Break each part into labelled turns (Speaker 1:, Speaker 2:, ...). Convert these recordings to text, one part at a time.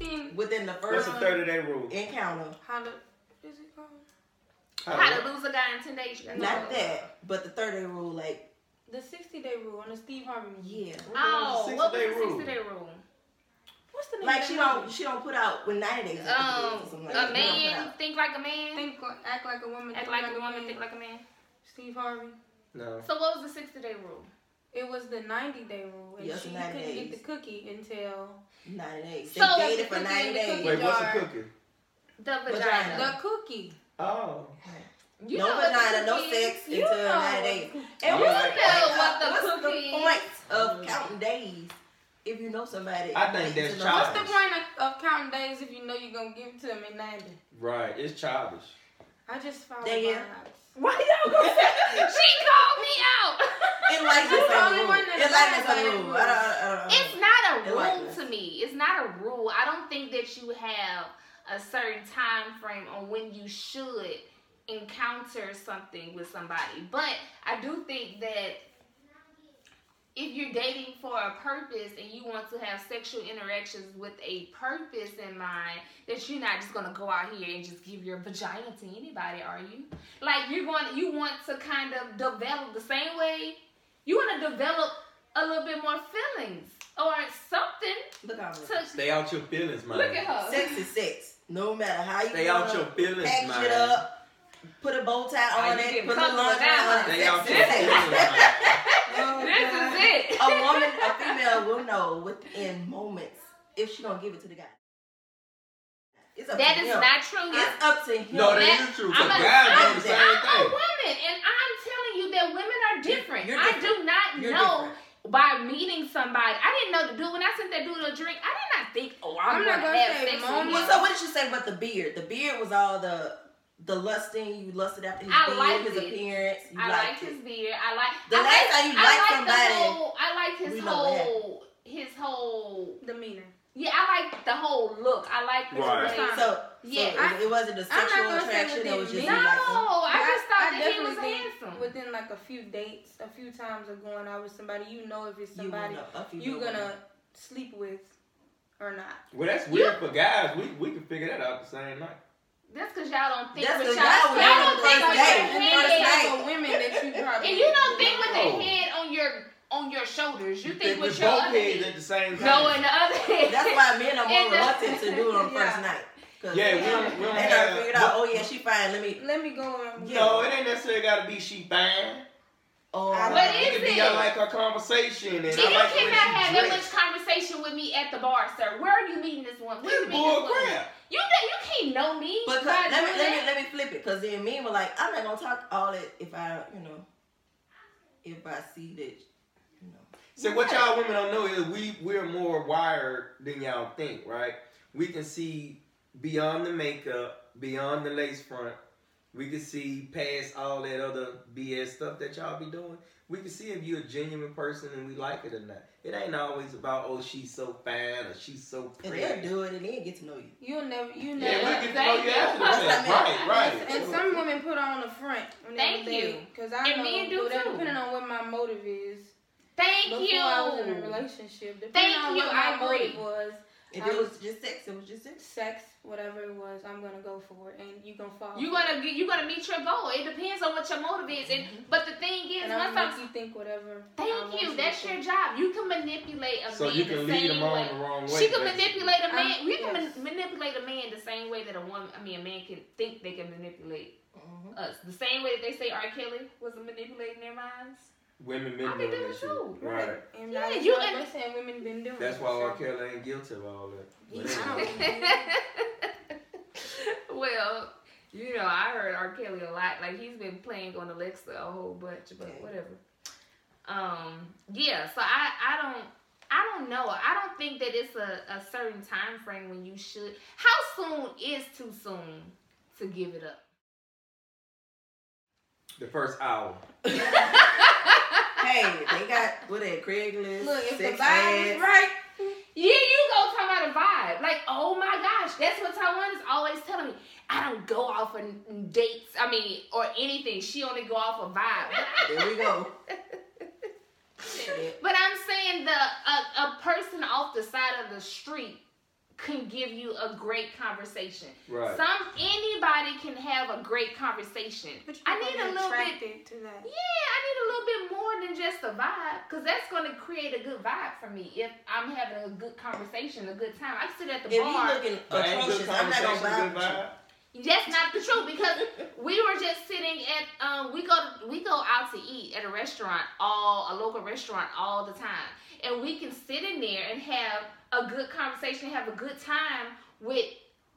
Speaker 1: in the
Speaker 2: What's
Speaker 1: first
Speaker 2: the 30 day rule?
Speaker 1: encounter.
Speaker 3: How to is it called?
Speaker 2: How
Speaker 3: How
Speaker 2: to-
Speaker 3: to lose a guy in ten days? That's
Speaker 1: Not
Speaker 3: all.
Speaker 1: that, but the 30 rule, like,
Speaker 4: The 60 day rule on the Steve Harvey movie.
Speaker 1: yeah.
Speaker 3: Oh, what was
Speaker 2: 60-day
Speaker 3: the
Speaker 2: rule?
Speaker 3: sixty day rule?
Speaker 4: What's the name
Speaker 1: Like
Speaker 4: of
Speaker 1: she
Speaker 4: that
Speaker 1: don't
Speaker 4: movie?
Speaker 1: she don't put out when 90 days. is
Speaker 3: Um,
Speaker 1: or something like that.
Speaker 3: a
Speaker 1: She don't put
Speaker 3: man
Speaker 1: out.
Speaker 3: think like a man,
Speaker 4: Think, act like a woman.
Speaker 3: act
Speaker 4: think
Speaker 3: like a woman, think
Speaker 4: man.
Speaker 3: like a man.
Speaker 4: Steve Harvey.
Speaker 2: No.
Speaker 3: So what was the sixty day rule?
Speaker 4: It was the 90 day rule. And
Speaker 1: Yes,
Speaker 4: she
Speaker 1: 90
Speaker 4: couldn't get
Speaker 1: days.
Speaker 4: the cookie until
Speaker 1: 90 days. They
Speaker 3: So,
Speaker 1: dated for
Speaker 4: the
Speaker 1: 90
Speaker 4: cookie-
Speaker 1: days.
Speaker 2: Wait, what's
Speaker 4: jar.
Speaker 2: the cookie?
Speaker 3: The
Speaker 1: Vagina.
Speaker 3: vagina.
Speaker 4: the cookie.
Speaker 2: Oh.
Speaker 3: You
Speaker 1: no
Speaker 3: know what the
Speaker 1: vagina, no
Speaker 3: cookie
Speaker 1: sex
Speaker 3: is.
Speaker 4: You
Speaker 1: until
Speaker 4: know.
Speaker 1: 90 days.
Speaker 2: I
Speaker 1: And
Speaker 3: You
Speaker 2: like
Speaker 3: know
Speaker 1: what's
Speaker 3: what the
Speaker 1: what's
Speaker 3: cookie
Speaker 1: the
Speaker 3: is.
Speaker 1: point of counting days if you know somebody?
Speaker 2: I think that's
Speaker 1: to know
Speaker 2: childish.
Speaker 4: What's the point of, of counting days if you know you're going to give it to them in 90?
Speaker 2: Right. It's childish.
Speaker 4: I just found
Speaker 1: There
Speaker 4: my
Speaker 1: you-
Speaker 4: house.
Speaker 1: Why y'all go
Speaker 3: She called me out.
Speaker 1: It's like
Speaker 4: You
Speaker 1: this
Speaker 4: the only
Speaker 1: on rule.
Speaker 4: one that
Speaker 1: It's like this
Speaker 4: lied
Speaker 1: on
Speaker 4: about
Speaker 1: rule.
Speaker 4: it.
Speaker 1: I don't, I don't, I
Speaker 3: It's
Speaker 1: don't.
Speaker 3: not a
Speaker 1: It like
Speaker 3: rule
Speaker 1: this.
Speaker 3: to me. It's not a rule. I don't think that you have a certain time frame on when you should encounter something with somebody. But I do think that if you're dating for a purpose and you want to have sexual interactions with a purpose in mind, that you're not just gonna go out here and just give your vagina to anybody, are you? Like you're going you want to kind of develop the same way you wanna develop a little bit more feelings or something
Speaker 1: Look out.
Speaker 3: to
Speaker 2: Stay out your feelings, man.
Speaker 3: look at her.
Speaker 1: Sex is sex. No matter how you
Speaker 2: Stay
Speaker 1: wanna
Speaker 2: out your feelings,
Speaker 1: package
Speaker 2: man.
Speaker 1: it up, put a bow tie
Speaker 3: Are
Speaker 1: on
Speaker 3: you
Speaker 1: it,
Speaker 3: getting
Speaker 1: put a
Speaker 3: comfortable
Speaker 1: lingerie
Speaker 3: now? Oh,
Speaker 1: on it.
Speaker 2: Stay out
Speaker 1: Sex
Speaker 2: your
Speaker 1: is
Speaker 2: feelings,
Speaker 1: sex.
Speaker 2: man.
Speaker 3: This is it.
Speaker 1: A woman, a female will know within moments if she don't give it to the guy. It's up
Speaker 3: That
Speaker 1: to
Speaker 3: is
Speaker 1: him.
Speaker 3: not true.
Speaker 1: It's up to him.
Speaker 2: No, Oh, that
Speaker 3: Let-
Speaker 2: is true.
Speaker 3: I'm
Speaker 2: Because
Speaker 3: a-
Speaker 2: guys do the
Speaker 1: I'm-
Speaker 2: same
Speaker 3: I'm a
Speaker 2: thing.
Speaker 3: woman, and I'm telling you that women are different.
Speaker 1: You're
Speaker 3: I
Speaker 1: different.
Speaker 3: do not
Speaker 1: You're
Speaker 3: know
Speaker 1: different.
Speaker 3: by meeting somebody. I didn't know the dude when I sent that dude a drink. I did not think, oh, I'm,
Speaker 4: I'm
Speaker 3: gonna,
Speaker 4: not gonna
Speaker 3: have
Speaker 4: say
Speaker 3: sex with
Speaker 4: moment.
Speaker 3: him.
Speaker 1: Well, so what did you say about the beard? The beard was all the the lusting. You lusted after his
Speaker 3: I
Speaker 1: beard,
Speaker 3: liked
Speaker 1: his
Speaker 3: it.
Speaker 1: appearance. You
Speaker 3: I
Speaker 1: liked
Speaker 3: like his beard. I like
Speaker 1: The
Speaker 3: I
Speaker 1: last
Speaker 3: like,
Speaker 1: time you
Speaker 3: I
Speaker 1: liked
Speaker 3: like
Speaker 1: somebody,
Speaker 3: The whole, I like
Speaker 1: we
Speaker 3: his
Speaker 1: know what
Speaker 3: whole his whole
Speaker 4: Demeanor.
Speaker 3: yeah. I like the whole look. I like the
Speaker 2: Right.
Speaker 3: way.
Speaker 1: So, so
Speaker 3: Yeah,
Speaker 1: it-
Speaker 4: I-
Speaker 1: it wasn't a
Speaker 4: not
Speaker 1: sexual
Speaker 4: gonna say
Speaker 1: attraction.
Speaker 4: what
Speaker 1: It was
Speaker 4: they
Speaker 1: just
Speaker 3: no,
Speaker 1: you
Speaker 4: mean.
Speaker 1: liked him.
Speaker 3: I
Speaker 4: But
Speaker 3: just thought
Speaker 4: I
Speaker 3: that he was
Speaker 4: definitely think
Speaker 3: handsome.
Speaker 4: Within like a few dates, a few times of going out with somebody, you know if it's
Speaker 1: You
Speaker 4: somebody
Speaker 1: wanna- a female
Speaker 4: you're gonna
Speaker 1: woman.
Speaker 4: sleep with or not.
Speaker 2: Well, that's weird for guys. We we can figure that out the same night.
Speaker 3: That's because y'all don't think
Speaker 1: That's
Speaker 3: with
Speaker 1: 'cause
Speaker 3: y'all. Y'all
Speaker 1: y'all women
Speaker 3: don't
Speaker 1: on
Speaker 3: think
Speaker 1: the
Speaker 3: with your
Speaker 1: first date.
Speaker 3: head.
Speaker 1: First date.
Speaker 4: Therely women that you probably
Speaker 3: And you don't think with
Speaker 2: No.
Speaker 3: the head on your on your shoulders. You think with
Speaker 2: Oh. with
Speaker 3: your
Speaker 2: both
Speaker 3: other
Speaker 2: heads at
Speaker 3: head.
Speaker 2: the same time.
Speaker 3: No, and the other head.
Speaker 1: That's why men are
Speaker 3: And
Speaker 1: more
Speaker 3: the-
Speaker 1: reluctant to do it on the
Speaker 4: Yeah.
Speaker 1: first night. 'Cause
Speaker 2: yeah, we
Speaker 1: they
Speaker 2: don't, we don't
Speaker 1: not
Speaker 2: have.
Speaker 1: figured out. Oh yeah, she fine. Let me.
Speaker 4: Let me go and
Speaker 1: Yeah.
Speaker 2: No, it ain't necessarily got to be she fine.
Speaker 1: Oh,
Speaker 4: What
Speaker 3: is-
Speaker 2: it could be
Speaker 3: it?
Speaker 2: I like her conversation and
Speaker 3: See, you
Speaker 2: I like the way
Speaker 3: cannot
Speaker 2: she
Speaker 3: have that much
Speaker 2: dressed.
Speaker 3: conversation with me at the bar, sir. Where are you meeting this woman? Where
Speaker 2: That's
Speaker 3: you meeting this
Speaker 2: bull
Speaker 3: woman?
Speaker 2: crap.
Speaker 3: You know- you can't know me.
Speaker 1: But 'cause-
Speaker 3: by
Speaker 1: let me
Speaker 3: doing
Speaker 1: let me
Speaker 3: that.
Speaker 1: let me flip it. Cause then men were like, I'm not gonna talk all that if I you know if I see that you know.
Speaker 2: So what y'all women don't know is we we're more wired than y'all think, right? We can see beyond the makeup, beyond the lace front. We can see past all that other BS stuff that y'all be doing. We can see if you're a genuine person and we like it or not. It ain't always about oh she's so fine or she's so
Speaker 1: And
Speaker 2: pretty.
Speaker 1: they'll do it and then get to know you.
Speaker 4: You'll never you
Speaker 2: Yeah,
Speaker 4: never
Speaker 2: we get to know you after the fact. Right,
Speaker 1: Thank
Speaker 2: right.
Speaker 4: And some women put on the front. when they
Speaker 3: Thank
Speaker 4: date,
Speaker 3: you.
Speaker 4: Cause I
Speaker 3: And
Speaker 4: know,
Speaker 3: men do
Speaker 4: well, that
Speaker 3: too.
Speaker 4: Depending on what my motive is.
Speaker 3: Thank
Speaker 4: Before
Speaker 3: you.
Speaker 4: I was in a relationship, depending
Speaker 3: Thank
Speaker 4: on
Speaker 3: you,
Speaker 4: what
Speaker 3: I
Speaker 4: my motive
Speaker 3: agree.
Speaker 4: was,
Speaker 1: If
Speaker 4: I'm-
Speaker 1: it was just sex, it was just sex.
Speaker 4: sex, whatever it was, I'm gonna go for it, and you gonna fall.
Speaker 3: You gonna get- you gonna meet your goal. It depends on what your motive is. And but the thing is,
Speaker 4: and I'm
Speaker 3: once
Speaker 4: gonna
Speaker 3: I'm
Speaker 4: make you think whatever. I
Speaker 3: thank
Speaker 4: want
Speaker 3: you, that's
Speaker 4: to
Speaker 3: your
Speaker 4: think.
Speaker 3: job. You can manipulate a
Speaker 2: So
Speaker 3: man
Speaker 2: you can
Speaker 3: the
Speaker 2: lead
Speaker 3: same
Speaker 2: them
Speaker 3: way.
Speaker 2: on the wrong way.
Speaker 3: She can
Speaker 2: basically.
Speaker 3: manipulate a man.
Speaker 4: I'm-
Speaker 3: we can
Speaker 4: yes.
Speaker 3: man- manipulate a man the same way that a woman, I mean, a man can think they can manipulate
Speaker 4: mm-hmm.
Speaker 1: Mhm.
Speaker 3: us. The same way that they say R. Kelly was manipulating their minds.
Speaker 2: Women
Speaker 3: I
Speaker 2: manipulate
Speaker 3: think that was true.
Speaker 2: Right.
Speaker 4: And
Speaker 3: Yeah,
Speaker 4: yeah,
Speaker 3: you
Speaker 4: you
Speaker 3: and-
Speaker 4: and saying women been doing.
Speaker 2: That's
Speaker 4: it,
Speaker 2: why
Speaker 4: so.
Speaker 2: R. Kelly ain't guilty of all that. But
Speaker 4: Yeah.
Speaker 2: anyway.
Speaker 3: well, you know, I heard R. Kelly a lot. Like he's been playing on Alexa a whole bunch, but
Speaker 1: Yeah.
Speaker 3: whatever. Um, yeah. So I, I don't, I don't know. I don't think that it's a, a certain time frame when you should. How soon is too soon to give it up?
Speaker 2: The first hour.
Speaker 1: Hey, they got what that Craigslist.
Speaker 4: Look, if
Speaker 1: sex
Speaker 4: the vibe is
Speaker 1: ads.
Speaker 4: right,
Speaker 3: Yeah, you go talk about a vibe. Like, oh my gosh, that's what Taiwan is always telling me. I don't go off on dates. I mean, or anything. She only go off a vibe.
Speaker 1: There we go.
Speaker 3: But I'm saying the a, a person off the side of the street can give you a great conversation.
Speaker 2: Right.
Speaker 3: Some anybody can have a great conversation.
Speaker 4: But you
Speaker 3: I need a little bit
Speaker 4: bit to that.
Speaker 3: yeah, I need a little bit more than just a vibe, cause that's gonna create a good vibe for me. If I'm having a good conversation, a good time, I sit at the
Speaker 1: If you
Speaker 3: bar.
Speaker 1: looking
Speaker 2: But ain't good
Speaker 1: atrocious, I'm not gonna
Speaker 2: conversation
Speaker 1: vibe
Speaker 2: good
Speaker 1: with you.
Speaker 2: vibe?
Speaker 3: that's not the truth because we were just sitting at um we go we go out to eat at a restaurant all a local restaurant all the time, and we can sit in there and have a good conversation, have a good time with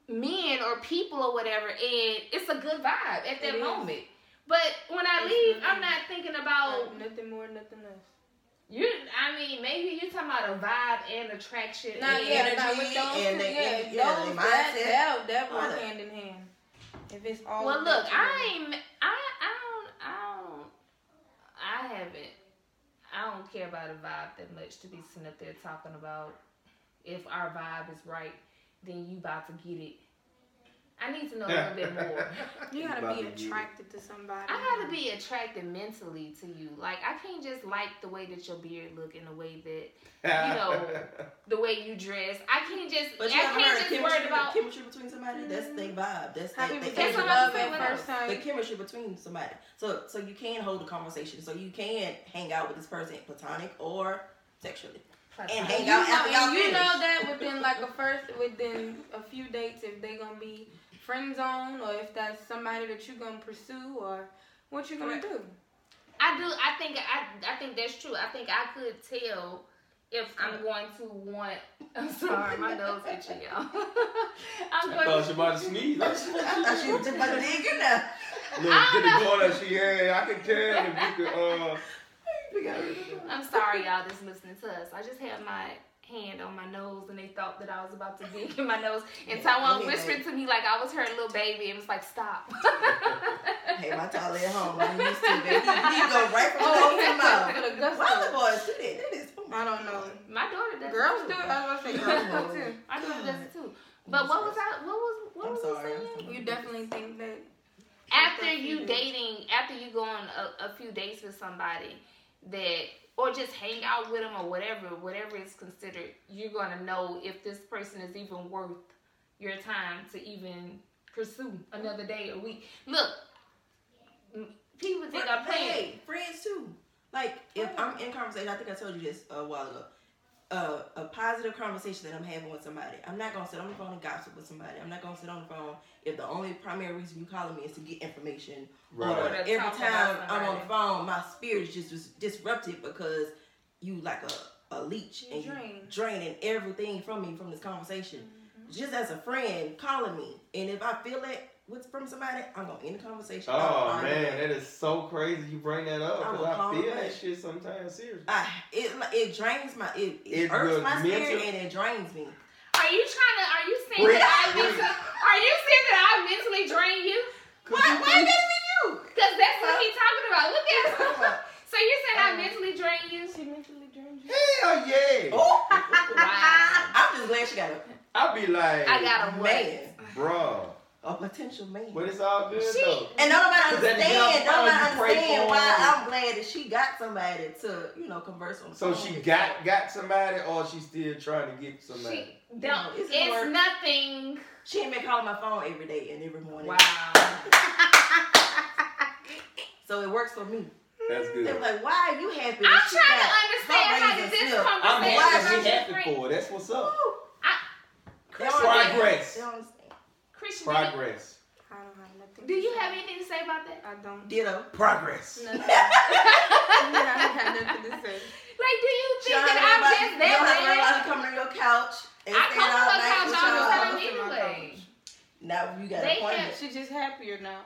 Speaker 3: men or people or whatever, and it's a good vibe at
Speaker 4: It
Speaker 3: that
Speaker 4: is.
Speaker 3: moment. But when I
Speaker 4: It's
Speaker 3: leave, I'm
Speaker 4: nothing-
Speaker 3: not thinking about
Speaker 4: Like, nothing more, nothing less.
Speaker 3: You, I mean, maybe you talking about a vibe and attraction.
Speaker 1: Nah,
Speaker 3: and
Speaker 1: yeah,
Speaker 3: energy.
Speaker 1: nah,
Speaker 4: with those
Speaker 1: and
Speaker 4: two,
Speaker 1: they-
Speaker 4: yeah,
Speaker 1: and- yeah, they
Speaker 4: those,
Speaker 1: mindset,
Speaker 4: that, that, that
Speaker 1: all
Speaker 4: work
Speaker 1: that.
Speaker 4: hand in hand. If it's all
Speaker 3: Well, look,
Speaker 4: about you,
Speaker 3: I ain't. I, I don't. I don't. I haven't. I don't care about a vibe that much to be sitting up there talking about if our vibe is right, then you about to get it. I need to know a little bit more.
Speaker 4: you gotta
Speaker 2: About
Speaker 4: be
Speaker 2: to get it.
Speaker 4: attracted to somebody.
Speaker 3: I gotta be attracted mentally to you. Like I can't just like the way that your beard look and the way that know, the way you dress. I can't just.
Speaker 1: But
Speaker 3: I
Speaker 1: you haven't heard
Speaker 3: can't
Speaker 1: of
Speaker 3: just worry
Speaker 1: chemistry,
Speaker 3: about.
Speaker 1: chemistry between somebody. That's they vibe. That's
Speaker 4: How
Speaker 1: they,
Speaker 4: people
Speaker 1: they
Speaker 3: That's what
Speaker 1: chemistry.
Speaker 4: fall in
Speaker 3: I'm
Speaker 4: love
Speaker 3: saying
Speaker 4: at
Speaker 3: with
Speaker 4: first
Speaker 1: the
Speaker 4: time.
Speaker 1: chemistry between somebody. So so you can hold a conversation. So you can hang out with this person platonic or sexually. And hang
Speaker 4: You
Speaker 1: out
Speaker 4: know,
Speaker 1: after y'all
Speaker 4: and you
Speaker 1: finish.
Speaker 4: know that within like a first, within a few dates, if they gonna be friend zone or if that's somebody that you gonna pursue or what you gonna do.
Speaker 3: I do. I think. I. I think that's true. I think I could tell if I'm going to want. I'm sorry, my nose itching, y'all. I'm
Speaker 2: I thought
Speaker 3: going.
Speaker 2: she
Speaker 3: To,
Speaker 2: about to sneeze. I just-
Speaker 1: I thought she was just about to dig in there.
Speaker 2: Look,
Speaker 3: I
Speaker 2: get the
Speaker 3: don't know.
Speaker 2: corner she had. I can tell if you could, uh,
Speaker 3: I'm sorry, y'all. That's listening to us. I just had my hand on my nose, and they thought that I was about to dig in my nose. And
Speaker 1: Yeah,
Speaker 3: Taiwan
Speaker 1: okay,
Speaker 3: whispered to me like I was her little baby, and was like, "Stop."
Speaker 1: Hey, my toddler at home. I'm used to it. He, he go right from
Speaker 4: Oh,
Speaker 1: the nose to the mouth.
Speaker 4: For the gusto.
Speaker 1: Why the boys do that? That is. oh
Speaker 4: I don't know.
Speaker 3: my daughter does.
Speaker 4: Girls
Speaker 3: it
Speaker 4: do
Speaker 3: too.
Speaker 4: it. I was gonna say girls do it
Speaker 3: My daughter does it too.
Speaker 1: I'm
Speaker 3: But what was
Speaker 1: sorry.
Speaker 3: I? What was? What
Speaker 1: I'm
Speaker 3: was I
Speaker 1: sorry,
Speaker 3: saying?
Speaker 1: I'm sorry.
Speaker 4: too. You definitely think that
Speaker 3: after
Speaker 4: After
Speaker 3: you
Speaker 4: you-
Speaker 3: dating, after you go on a, a few dates with somebody that, or just hang out with them or whatever, whatever is considered, you're gonna know if this person is even worth your time to even pursue another day a week. Look, m- people think I'm playing.
Speaker 1: Hey, friends too. Like if I'm in conversation, I think I told you this a while ago. Uh, a positive conversation that I'm having with somebody. I'm not gonna sit on the phone and gossip with somebody. I'm not gonna sit on the phone if the only primary reason you calling me is to get information. Or
Speaker 2: right.
Speaker 3: Right.
Speaker 1: every
Speaker 3: Talk about
Speaker 1: time I'm on
Speaker 3: somebody.
Speaker 1: the phone, my spirit is just dis- disrupted because you like a, a leech
Speaker 4: You
Speaker 1: and you
Speaker 4: drain.
Speaker 1: draining everything from me from this conversation.
Speaker 3: Mm-hmm.
Speaker 1: Just as a friend calling me, and if I feel that with from somebody, I'm gonna end the conversation. I'm
Speaker 2: Oh
Speaker 1: fine with that.
Speaker 2: man, that is so crazy. You bring that up
Speaker 1: I'm
Speaker 2: because
Speaker 1: a
Speaker 2: I
Speaker 1: calm
Speaker 2: feel
Speaker 1: man.
Speaker 2: that shit sometimes. Seriously.
Speaker 1: I, it it drains my it, it,
Speaker 2: It will
Speaker 1: hurts my spirit
Speaker 2: mental-
Speaker 1: and it drains me.
Speaker 3: Are you trying to? Are you saying
Speaker 2: Wait,
Speaker 3: that I
Speaker 2: wait.
Speaker 3: mentally? Are you saying that I mentally drain you?
Speaker 2: Could you please-
Speaker 1: gotta be
Speaker 3: Because that's what he's talking about. Look at him. So you're saying I
Speaker 1: Um,
Speaker 3: mentally drain you?
Speaker 4: she mentally drained you.
Speaker 2: Hell yeah!
Speaker 1: Oh,
Speaker 3: Wow.
Speaker 1: I'm just glad she got a
Speaker 2: I'd be like,
Speaker 3: I got a what?
Speaker 1: man,
Speaker 2: bro.
Speaker 1: a potential man.
Speaker 2: But it's all good
Speaker 3: She-
Speaker 2: though.
Speaker 1: and nobody
Speaker 2: Cause that is
Speaker 1: understand.
Speaker 2: how
Speaker 1: Nobody
Speaker 2: you pray
Speaker 1: understand
Speaker 2: for
Speaker 1: why
Speaker 2: him.
Speaker 1: I'm glad that she got somebody to you know converse on. the
Speaker 2: So
Speaker 1: phone
Speaker 2: she
Speaker 1: with.
Speaker 2: got got somebody, or she still trying to get somebody.
Speaker 3: She, don't.
Speaker 1: It's
Speaker 3: It's,
Speaker 1: work.
Speaker 3: nothing.
Speaker 1: She ain't been calling my phone every day and every morning.
Speaker 3: Wow.
Speaker 1: So it works for me.
Speaker 2: That's
Speaker 1: They were
Speaker 2: good.
Speaker 1: like, why are you happy?
Speaker 3: I'm
Speaker 1: that she
Speaker 3: trying to
Speaker 1: got
Speaker 3: understand
Speaker 1: her
Speaker 3: how
Speaker 1: raisins
Speaker 3: did this
Speaker 1: still-
Speaker 2: I'm
Speaker 3: conversation
Speaker 1: Why
Speaker 2: happy she
Speaker 1: is she
Speaker 2: happy
Speaker 3: Christian,
Speaker 2: for. it. That's what's up.
Speaker 1: They don't understand.
Speaker 2: Progress.
Speaker 1: They don't understand.
Speaker 3: Christian, do you-
Speaker 2: Progress.
Speaker 4: I don't have nothing.
Speaker 3: do
Speaker 4: to
Speaker 3: you
Speaker 4: say.
Speaker 3: have anything to say about that?
Speaker 4: I don't.
Speaker 1: Ditto.
Speaker 2: Progress.
Speaker 4: Nothing. I don't have nothing to say.
Speaker 3: Like, do you think
Speaker 1: Y'all
Speaker 3: that
Speaker 1: have
Speaker 3: I'm just
Speaker 1: everybody- y'all have
Speaker 3: that
Speaker 1: everybody coming to your couch
Speaker 3: way?
Speaker 1: and
Speaker 3: I
Speaker 1: staying
Speaker 3: come to
Speaker 1: all
Speaker 3: her
Speaker 1: night
Speaker 3: couch
Speaker 1: with
Speaker 3: all
Speaker 1: y'all.
Speaker 3: the time anyway.
Speaker 1: Now you got
Speaker 3: They
Speaker 1: an appointment.
Speaker 4: She's just happier now.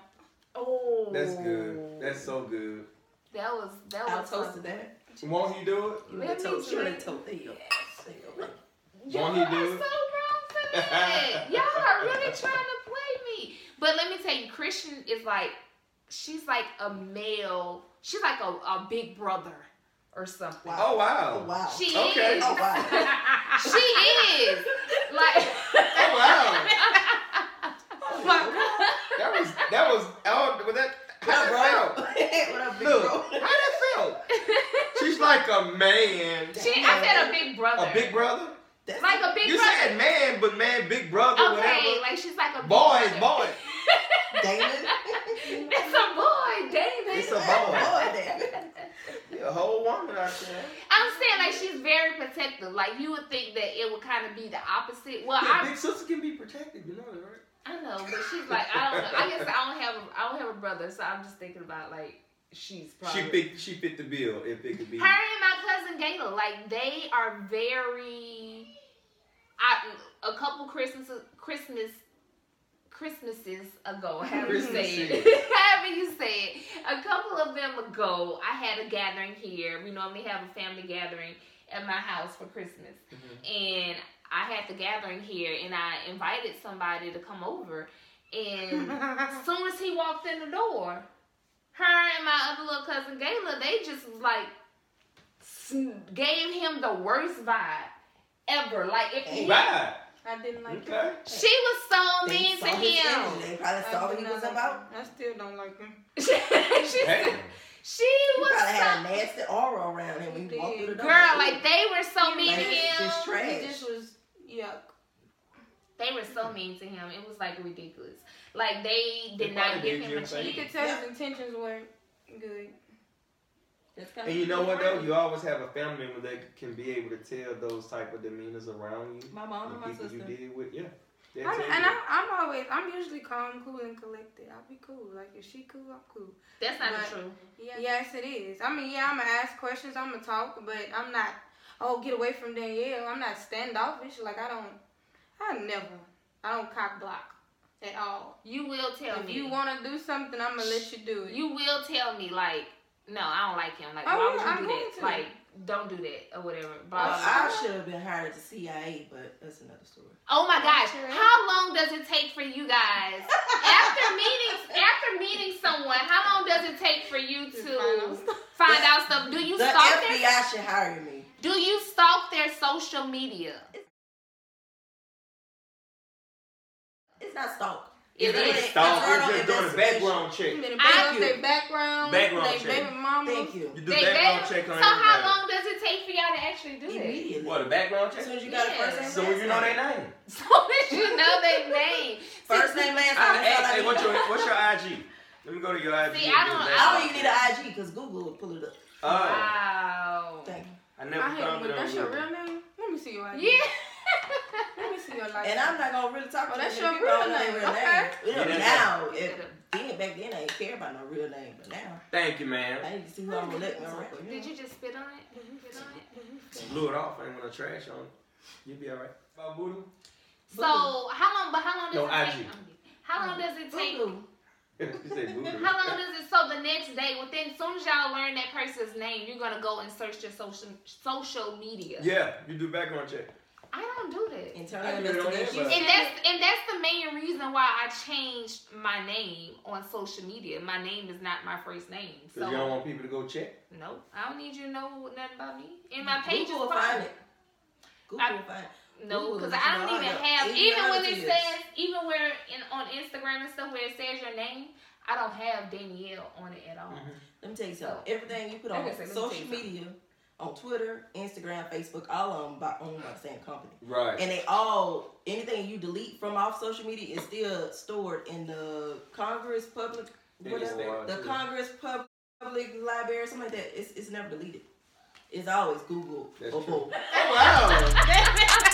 Speaker 3: Oh.
Speaker 2: That's good. That's so good.
Speaker 3: That was that
Speaker 1: I'll
Speaker 3: was
Speaker 1: toast to
Speaker 3: something.
Speaker 1: that.
Speaker 2: Won't he do it?
Speaker 1: You
Speaker 3: Let
Speaker 1: can
Speaker 3: me
Speaker 1: toast. You
Speaker 3: drink.
Speaker 1: can toast. There you go. There you go.
Speaker 3: Y'all
Speaker 2: Won't he
Speaker 3: are so
Speaker 2: do
Speaker 3: wrong
Speaker 2: it?
Speaker 3: for that. Y'all are really trying to play me. But let me tell you, Christian is like, she's like a male, she's like a, a big brother or something.
Speaker 1: Wow.
Speaker 2: Oh
Speaker 1: Oh,
Speaker 2: wow.
Speaker 1: wow.
Speaker 3: She
Speaker 2: Okay.
Speaker 3: is.
Speaker 1: Oh, wow.
Speaker 3: she is. Like,
Speaker 2: Oh wow.
Speaker 3: Oh, Fuck.
Speaker 2: That was that was oh was that
Speaker 1: What
Speaker 2: how that
Speaker 1: up, bro?
Speaker 2: felt?
Speaker 1: What up, big
Speaker 2: Look, how
Speaker 1: bro?
Speaker 2: that felt? She's like a man,
Speaker 3: she, I said a big brother.
Speaker 2: a big brother.
Speaker 1: That's
Speaker 3: Like a big
Speaker 2: You
Speaker 3: brother.
Speaker 2: said man, but man, big brother,
Speaker 3: okay,
Speaker 2: whatever.
Speaker 3: like she's like a big
Speaker 2: Boy is
Speaker 3: brother.
Speaker 2: boy.
Speaker 1: Damon.
Speaker 3: That's a boy, David.
Speaker 2: It's a
Speaker 1: boy, Damon.
Speaker 2: You a whole woman out there.
Speaker 3: I'm saying like she's very protective. Like you would think that it would kind of be the opposite. Well,
Speaker 2: Yeah,
Speaker 3: I
Speaker 2: big sister can be protected, you know that, right?
Speaker 3: I know, but she's like I don't know. I guess I don't have a, I don't have a brother, so I'm just thinking about like she's probably
Speaker 2: She fit she fit the bill if it could be
Speaker 3: her and my cousin Gayla. Like they are very. I a couple Christmases Christmas Christmases ago. However you say
Speaker 2: Christmases.
Speaker 3: it. however you say it. A couple of them ago, I had a gathering here. We normally have a family gathering at my house for Christmas and I had the gathering here, and I invited somebody to come over. And as soon as he walked in the door, her and my other little cousin Gayla, they just was like sn- gave him the worst vibe ever. Like if he,
Speaker 2: Right.
Speaker 4: I didn't like it.
Speaker 2: Okay.
Speaker 3: she was so
Speaker 1: They
Speaker 3: mean to
Speaker 1: saw his energy.
Speaker 3: him.
Speaker 1: They probably
Speaker 4: I
Speaker 1: saw
Speaker 4: did
Speaker 1: what he
Speaker 4: not
Speaker 1: was
Speaker 4: like
Speaker 1: about.
Speaker 4: him. I still don't like him.
Speaker 3: she,
Speaker 2: Damn.
Speaker 3: she
Speaker 1: He
Speaker 3: was
Speaker 1: probably had a
Speaker 3: so,
Speaker 1: nasty aura around him when he walked through the door.
Speaker 3: girl. Like they were so
Speaker 4: He
Speaker 3: mean to
Speaker 1: Like,
Speaker 3: him.
Speaker 1: just trash.
Speaker 4: He just was yuck.
Speaker 3: They were so mean to him. It was like ridiculous. Like they
Speaker 2: They
Speaker 3: did not
Speaker 2: probably
Speaker 3: give
Speaker 2: did
Speaker 3: him a
Speaker 2: you a
Speaker 3: chance.
Speaker 2: favor.
Speaker 4: You could tell his intentions weren't good.
Speaker 1: That's kinda-
Speaker 2: And you know what though? You always have a family member that can be able to tell those type of demeanors around you.
Speaker 1: My mom and
Speaker 2: The
Speaker 1: my
Speaker 2: people you
Speaker 1: sister.
Speaker 2: deal with, yeah. They'll
Speaker 4: I'm,
Speaker 2: tell
Speaker 4: and
Speaker 2: you.
Speaker 4: I'm, I'm always, I'm usually calm, cool, and collected. I'll be cool. Like if she cool, I'm cool.
Speaker 3: That's not
Speaker 4: But-
Speaker 3: the truth.
Speaker 4: Yeah. Yes, it is. I mean, yeah, I'm gonna ask questions. I'm gonna talk, but I'm not. Oh, get away from Danielle. I'm not standoffish. Like I don't. I never. I don't cock block at all.
Speaker 3: You will tell
Speaker 4: if
Speaker 3: me.
Speaker 4: you wanna do something, I'm gonna let you do it.
Speaker 3: You will tell me like, no, I don't like him. Like,
Speaker 4: Oh,
Speaker 3: why
Speaker 4: yeah,
Speaker 3: would you
Speaker 4: I'm
Speaker 3: do
Speaker 4: going
Speaker 3: that?
Speaker 4: to.
Speaker 3: Like, don't do that or whatever. Blah, blah, blah.
Speaker 1: I, I should have been hired to CIA, but that's another story.
Speaker 3: Oh my gosh,
Speaker 4: Sure.
Speaker 3: how long does it take for you guys after meeting after meeting someone? How long does it take for you
Speaker 4: To
Speaker 3: to
Speaker 4: find out
Speaker 3: find out stuff? Do you
Speaker 1: the
Speaker 3: stalk
Speaker 1: FBI
Speaker 3: their
Speaker 1: should hire me.
Speaker 3: Do you stalk their social media?
Speaker 1: It's not stalk.
Speaker 2: It's
Speaker 3: It
Speaker 2: not
Speaker 3: is.
Speaker 1: really-
Speaker 2: stalk.
Speaker 1: internal
Speaker 2: We're just doing a
Speaker 1: investigation.
Speaker 2: background check.
Speaker 4: They
Speaker 3: I-
Speaker 4: their background,
Speaker 2: Background
Speaker 4: their
Speaker 2: check.
Speaker 4: baby mama.
Speaker 1: Thank you.
Speaker 2: You do
Speaker 3: They-
Speaker 2: background
Speaker 3: they-
Speaker 2: check
Speaker 3: so
Speaker 2: on
Speaker 3: how
Speaker 2: everybody.
Speaker 3: long does it take for y'all to actually do that?
Speaker 1: Immediately.
Speaker 2: What a background
Speaker 1: As soon
Speaker 2: check.
Speaker 1: as you got
Speaker 3: Yeah.
Speaker 1: a first name,
Speaker 2: So
Speaker 1: last
Speaker 2: you know
Speaker 1: name.
Speaker 2: their name.
Speaker 3: So that you know their name.
Speaker 1: First name, last
Speaker 2: I,
Speaker 1: name. that's all
Speaker 2: hey,
Speaker 1: I
Speaker 2: hey,
Speaker 1: need.
Speaker 2: what's your what's your IG? Let me go to your IG.
Speaker 3: See,
Speaker 2: and
Speaker 3: I
Speaker 2: do a
Speaker 3: don't- I
Speaker 1: I
Speaker 2: background
Speaker 1: don't even
Speaker 2: check.
Speaker 1: need an IG because Google will pull it up.
Speaker 2: Oh,
Speaker 3: Wow.
Speaker 1: Thank you.
Speaker 2: I
Speaker 4: I
Speaker 2: never
Speaker 4: hate
Speaker 2: thought
Speaker 4: when
Speaker 2: that.
Speaker 4: that's your real name. Let me see your ID.
Speaker 3: Yeah.
Speaker 4: Let me see your life.
Speaker 1: And I'm not gonna really talk
Speaker 4: Oh,
Speaker 1: to
Speaker 4: that's
Speaker 1: many
Speaker 4: your
Speaker 1: people
Speaker 4: real
Speaker 1: on their
Speaker 4: name.
Speaker 1: real
Speaker 4: Okay.
Speaker 1: name. You know,
Speaker 2: Yeah,
Speaker 1: now,
Speaker 2: that's-
Speaker 1: if, then back then, I didn't care about no real name, but now
Speaker 2: Thank you, man.
Speaker 1: I need to see who I'm relating around. know?
Speaker 3: Did you just spit on it? Did you spit on it?
Speaker 2: Blew it off. I ain't want to trash on. You be all right. About voodoo?
Speaker 3: So how long? But how long does
Speaker 2: No,
Speaker 3: it
Speaker 2: IG.
Speaker 3: take? How long does it take?
Speaker 1: Google.
Speaker 2: you say voodoo.
Speaker 3: How long does it? So the next day, within soon as y'all learn that person's name, you're gonna go and search their social social media.
Speaker 2: Yeah, you do background check.
Speaker 3: I don't do that.
Speaker 1: Internal
Speaker 2: I can do it on
Speaker 1: investigation.
Speaker 2: everybody.
Speaker 3: And that's and that's the main reason why I changed my name on social media. My name is not my first name. So
Speaker 2: Cause you don't want people to go check.
Speaker 3: no, I don't need you to know nothing about me. And my page
Speaker 1: Google will
Speaker 3: is fine.
Speaker 1: find it. Google
Speaker 3: I-
Speaker 1: will find it.
Speaker 3: No,
Speaker 1: Ooh,
Speaker 3: because
Speaker 1: that's
Speaker 3: I don't
Speaker 1: another
Speaker 3: even
Speaker 1: idea.
Speaker 3: have
Speaker 1: Even
Speaker 3: even when
Speaker 1: another
Speaker 3: it
Speaker 1: yes.
Speaker 3: says even where in on Instagram and stuff where it says your name, I don't have Danielle on it at all.
Speaker 1: Let me tell you something. Everything you put
Speaker 3: Okay,
Speaker 1: on
Speaker 3: so let me tell
Speaker 1: social
Speaker 3: you something.
Speaker 1: media, on Twitter, Instagram, Facebook, all of them by owned by the same company.
Speaker 2: Right.
Speaker 1: And they all anything you delete from off social media is still stored in the Congress public
Speaker 2: They
Speaker 1: whatever,
Speaker 2: just are,
Speaker 1: the
Speaker 2: too.
Speaker 1: Congress Pub- public library, something like that. It's it's never deleted. It's always Google
Speaker 2: That's
Speaker 1: or
Speaker 2: true.
Speaker 1: Google.
Speaker 2: Oh wow.
Speaker 3: Oh,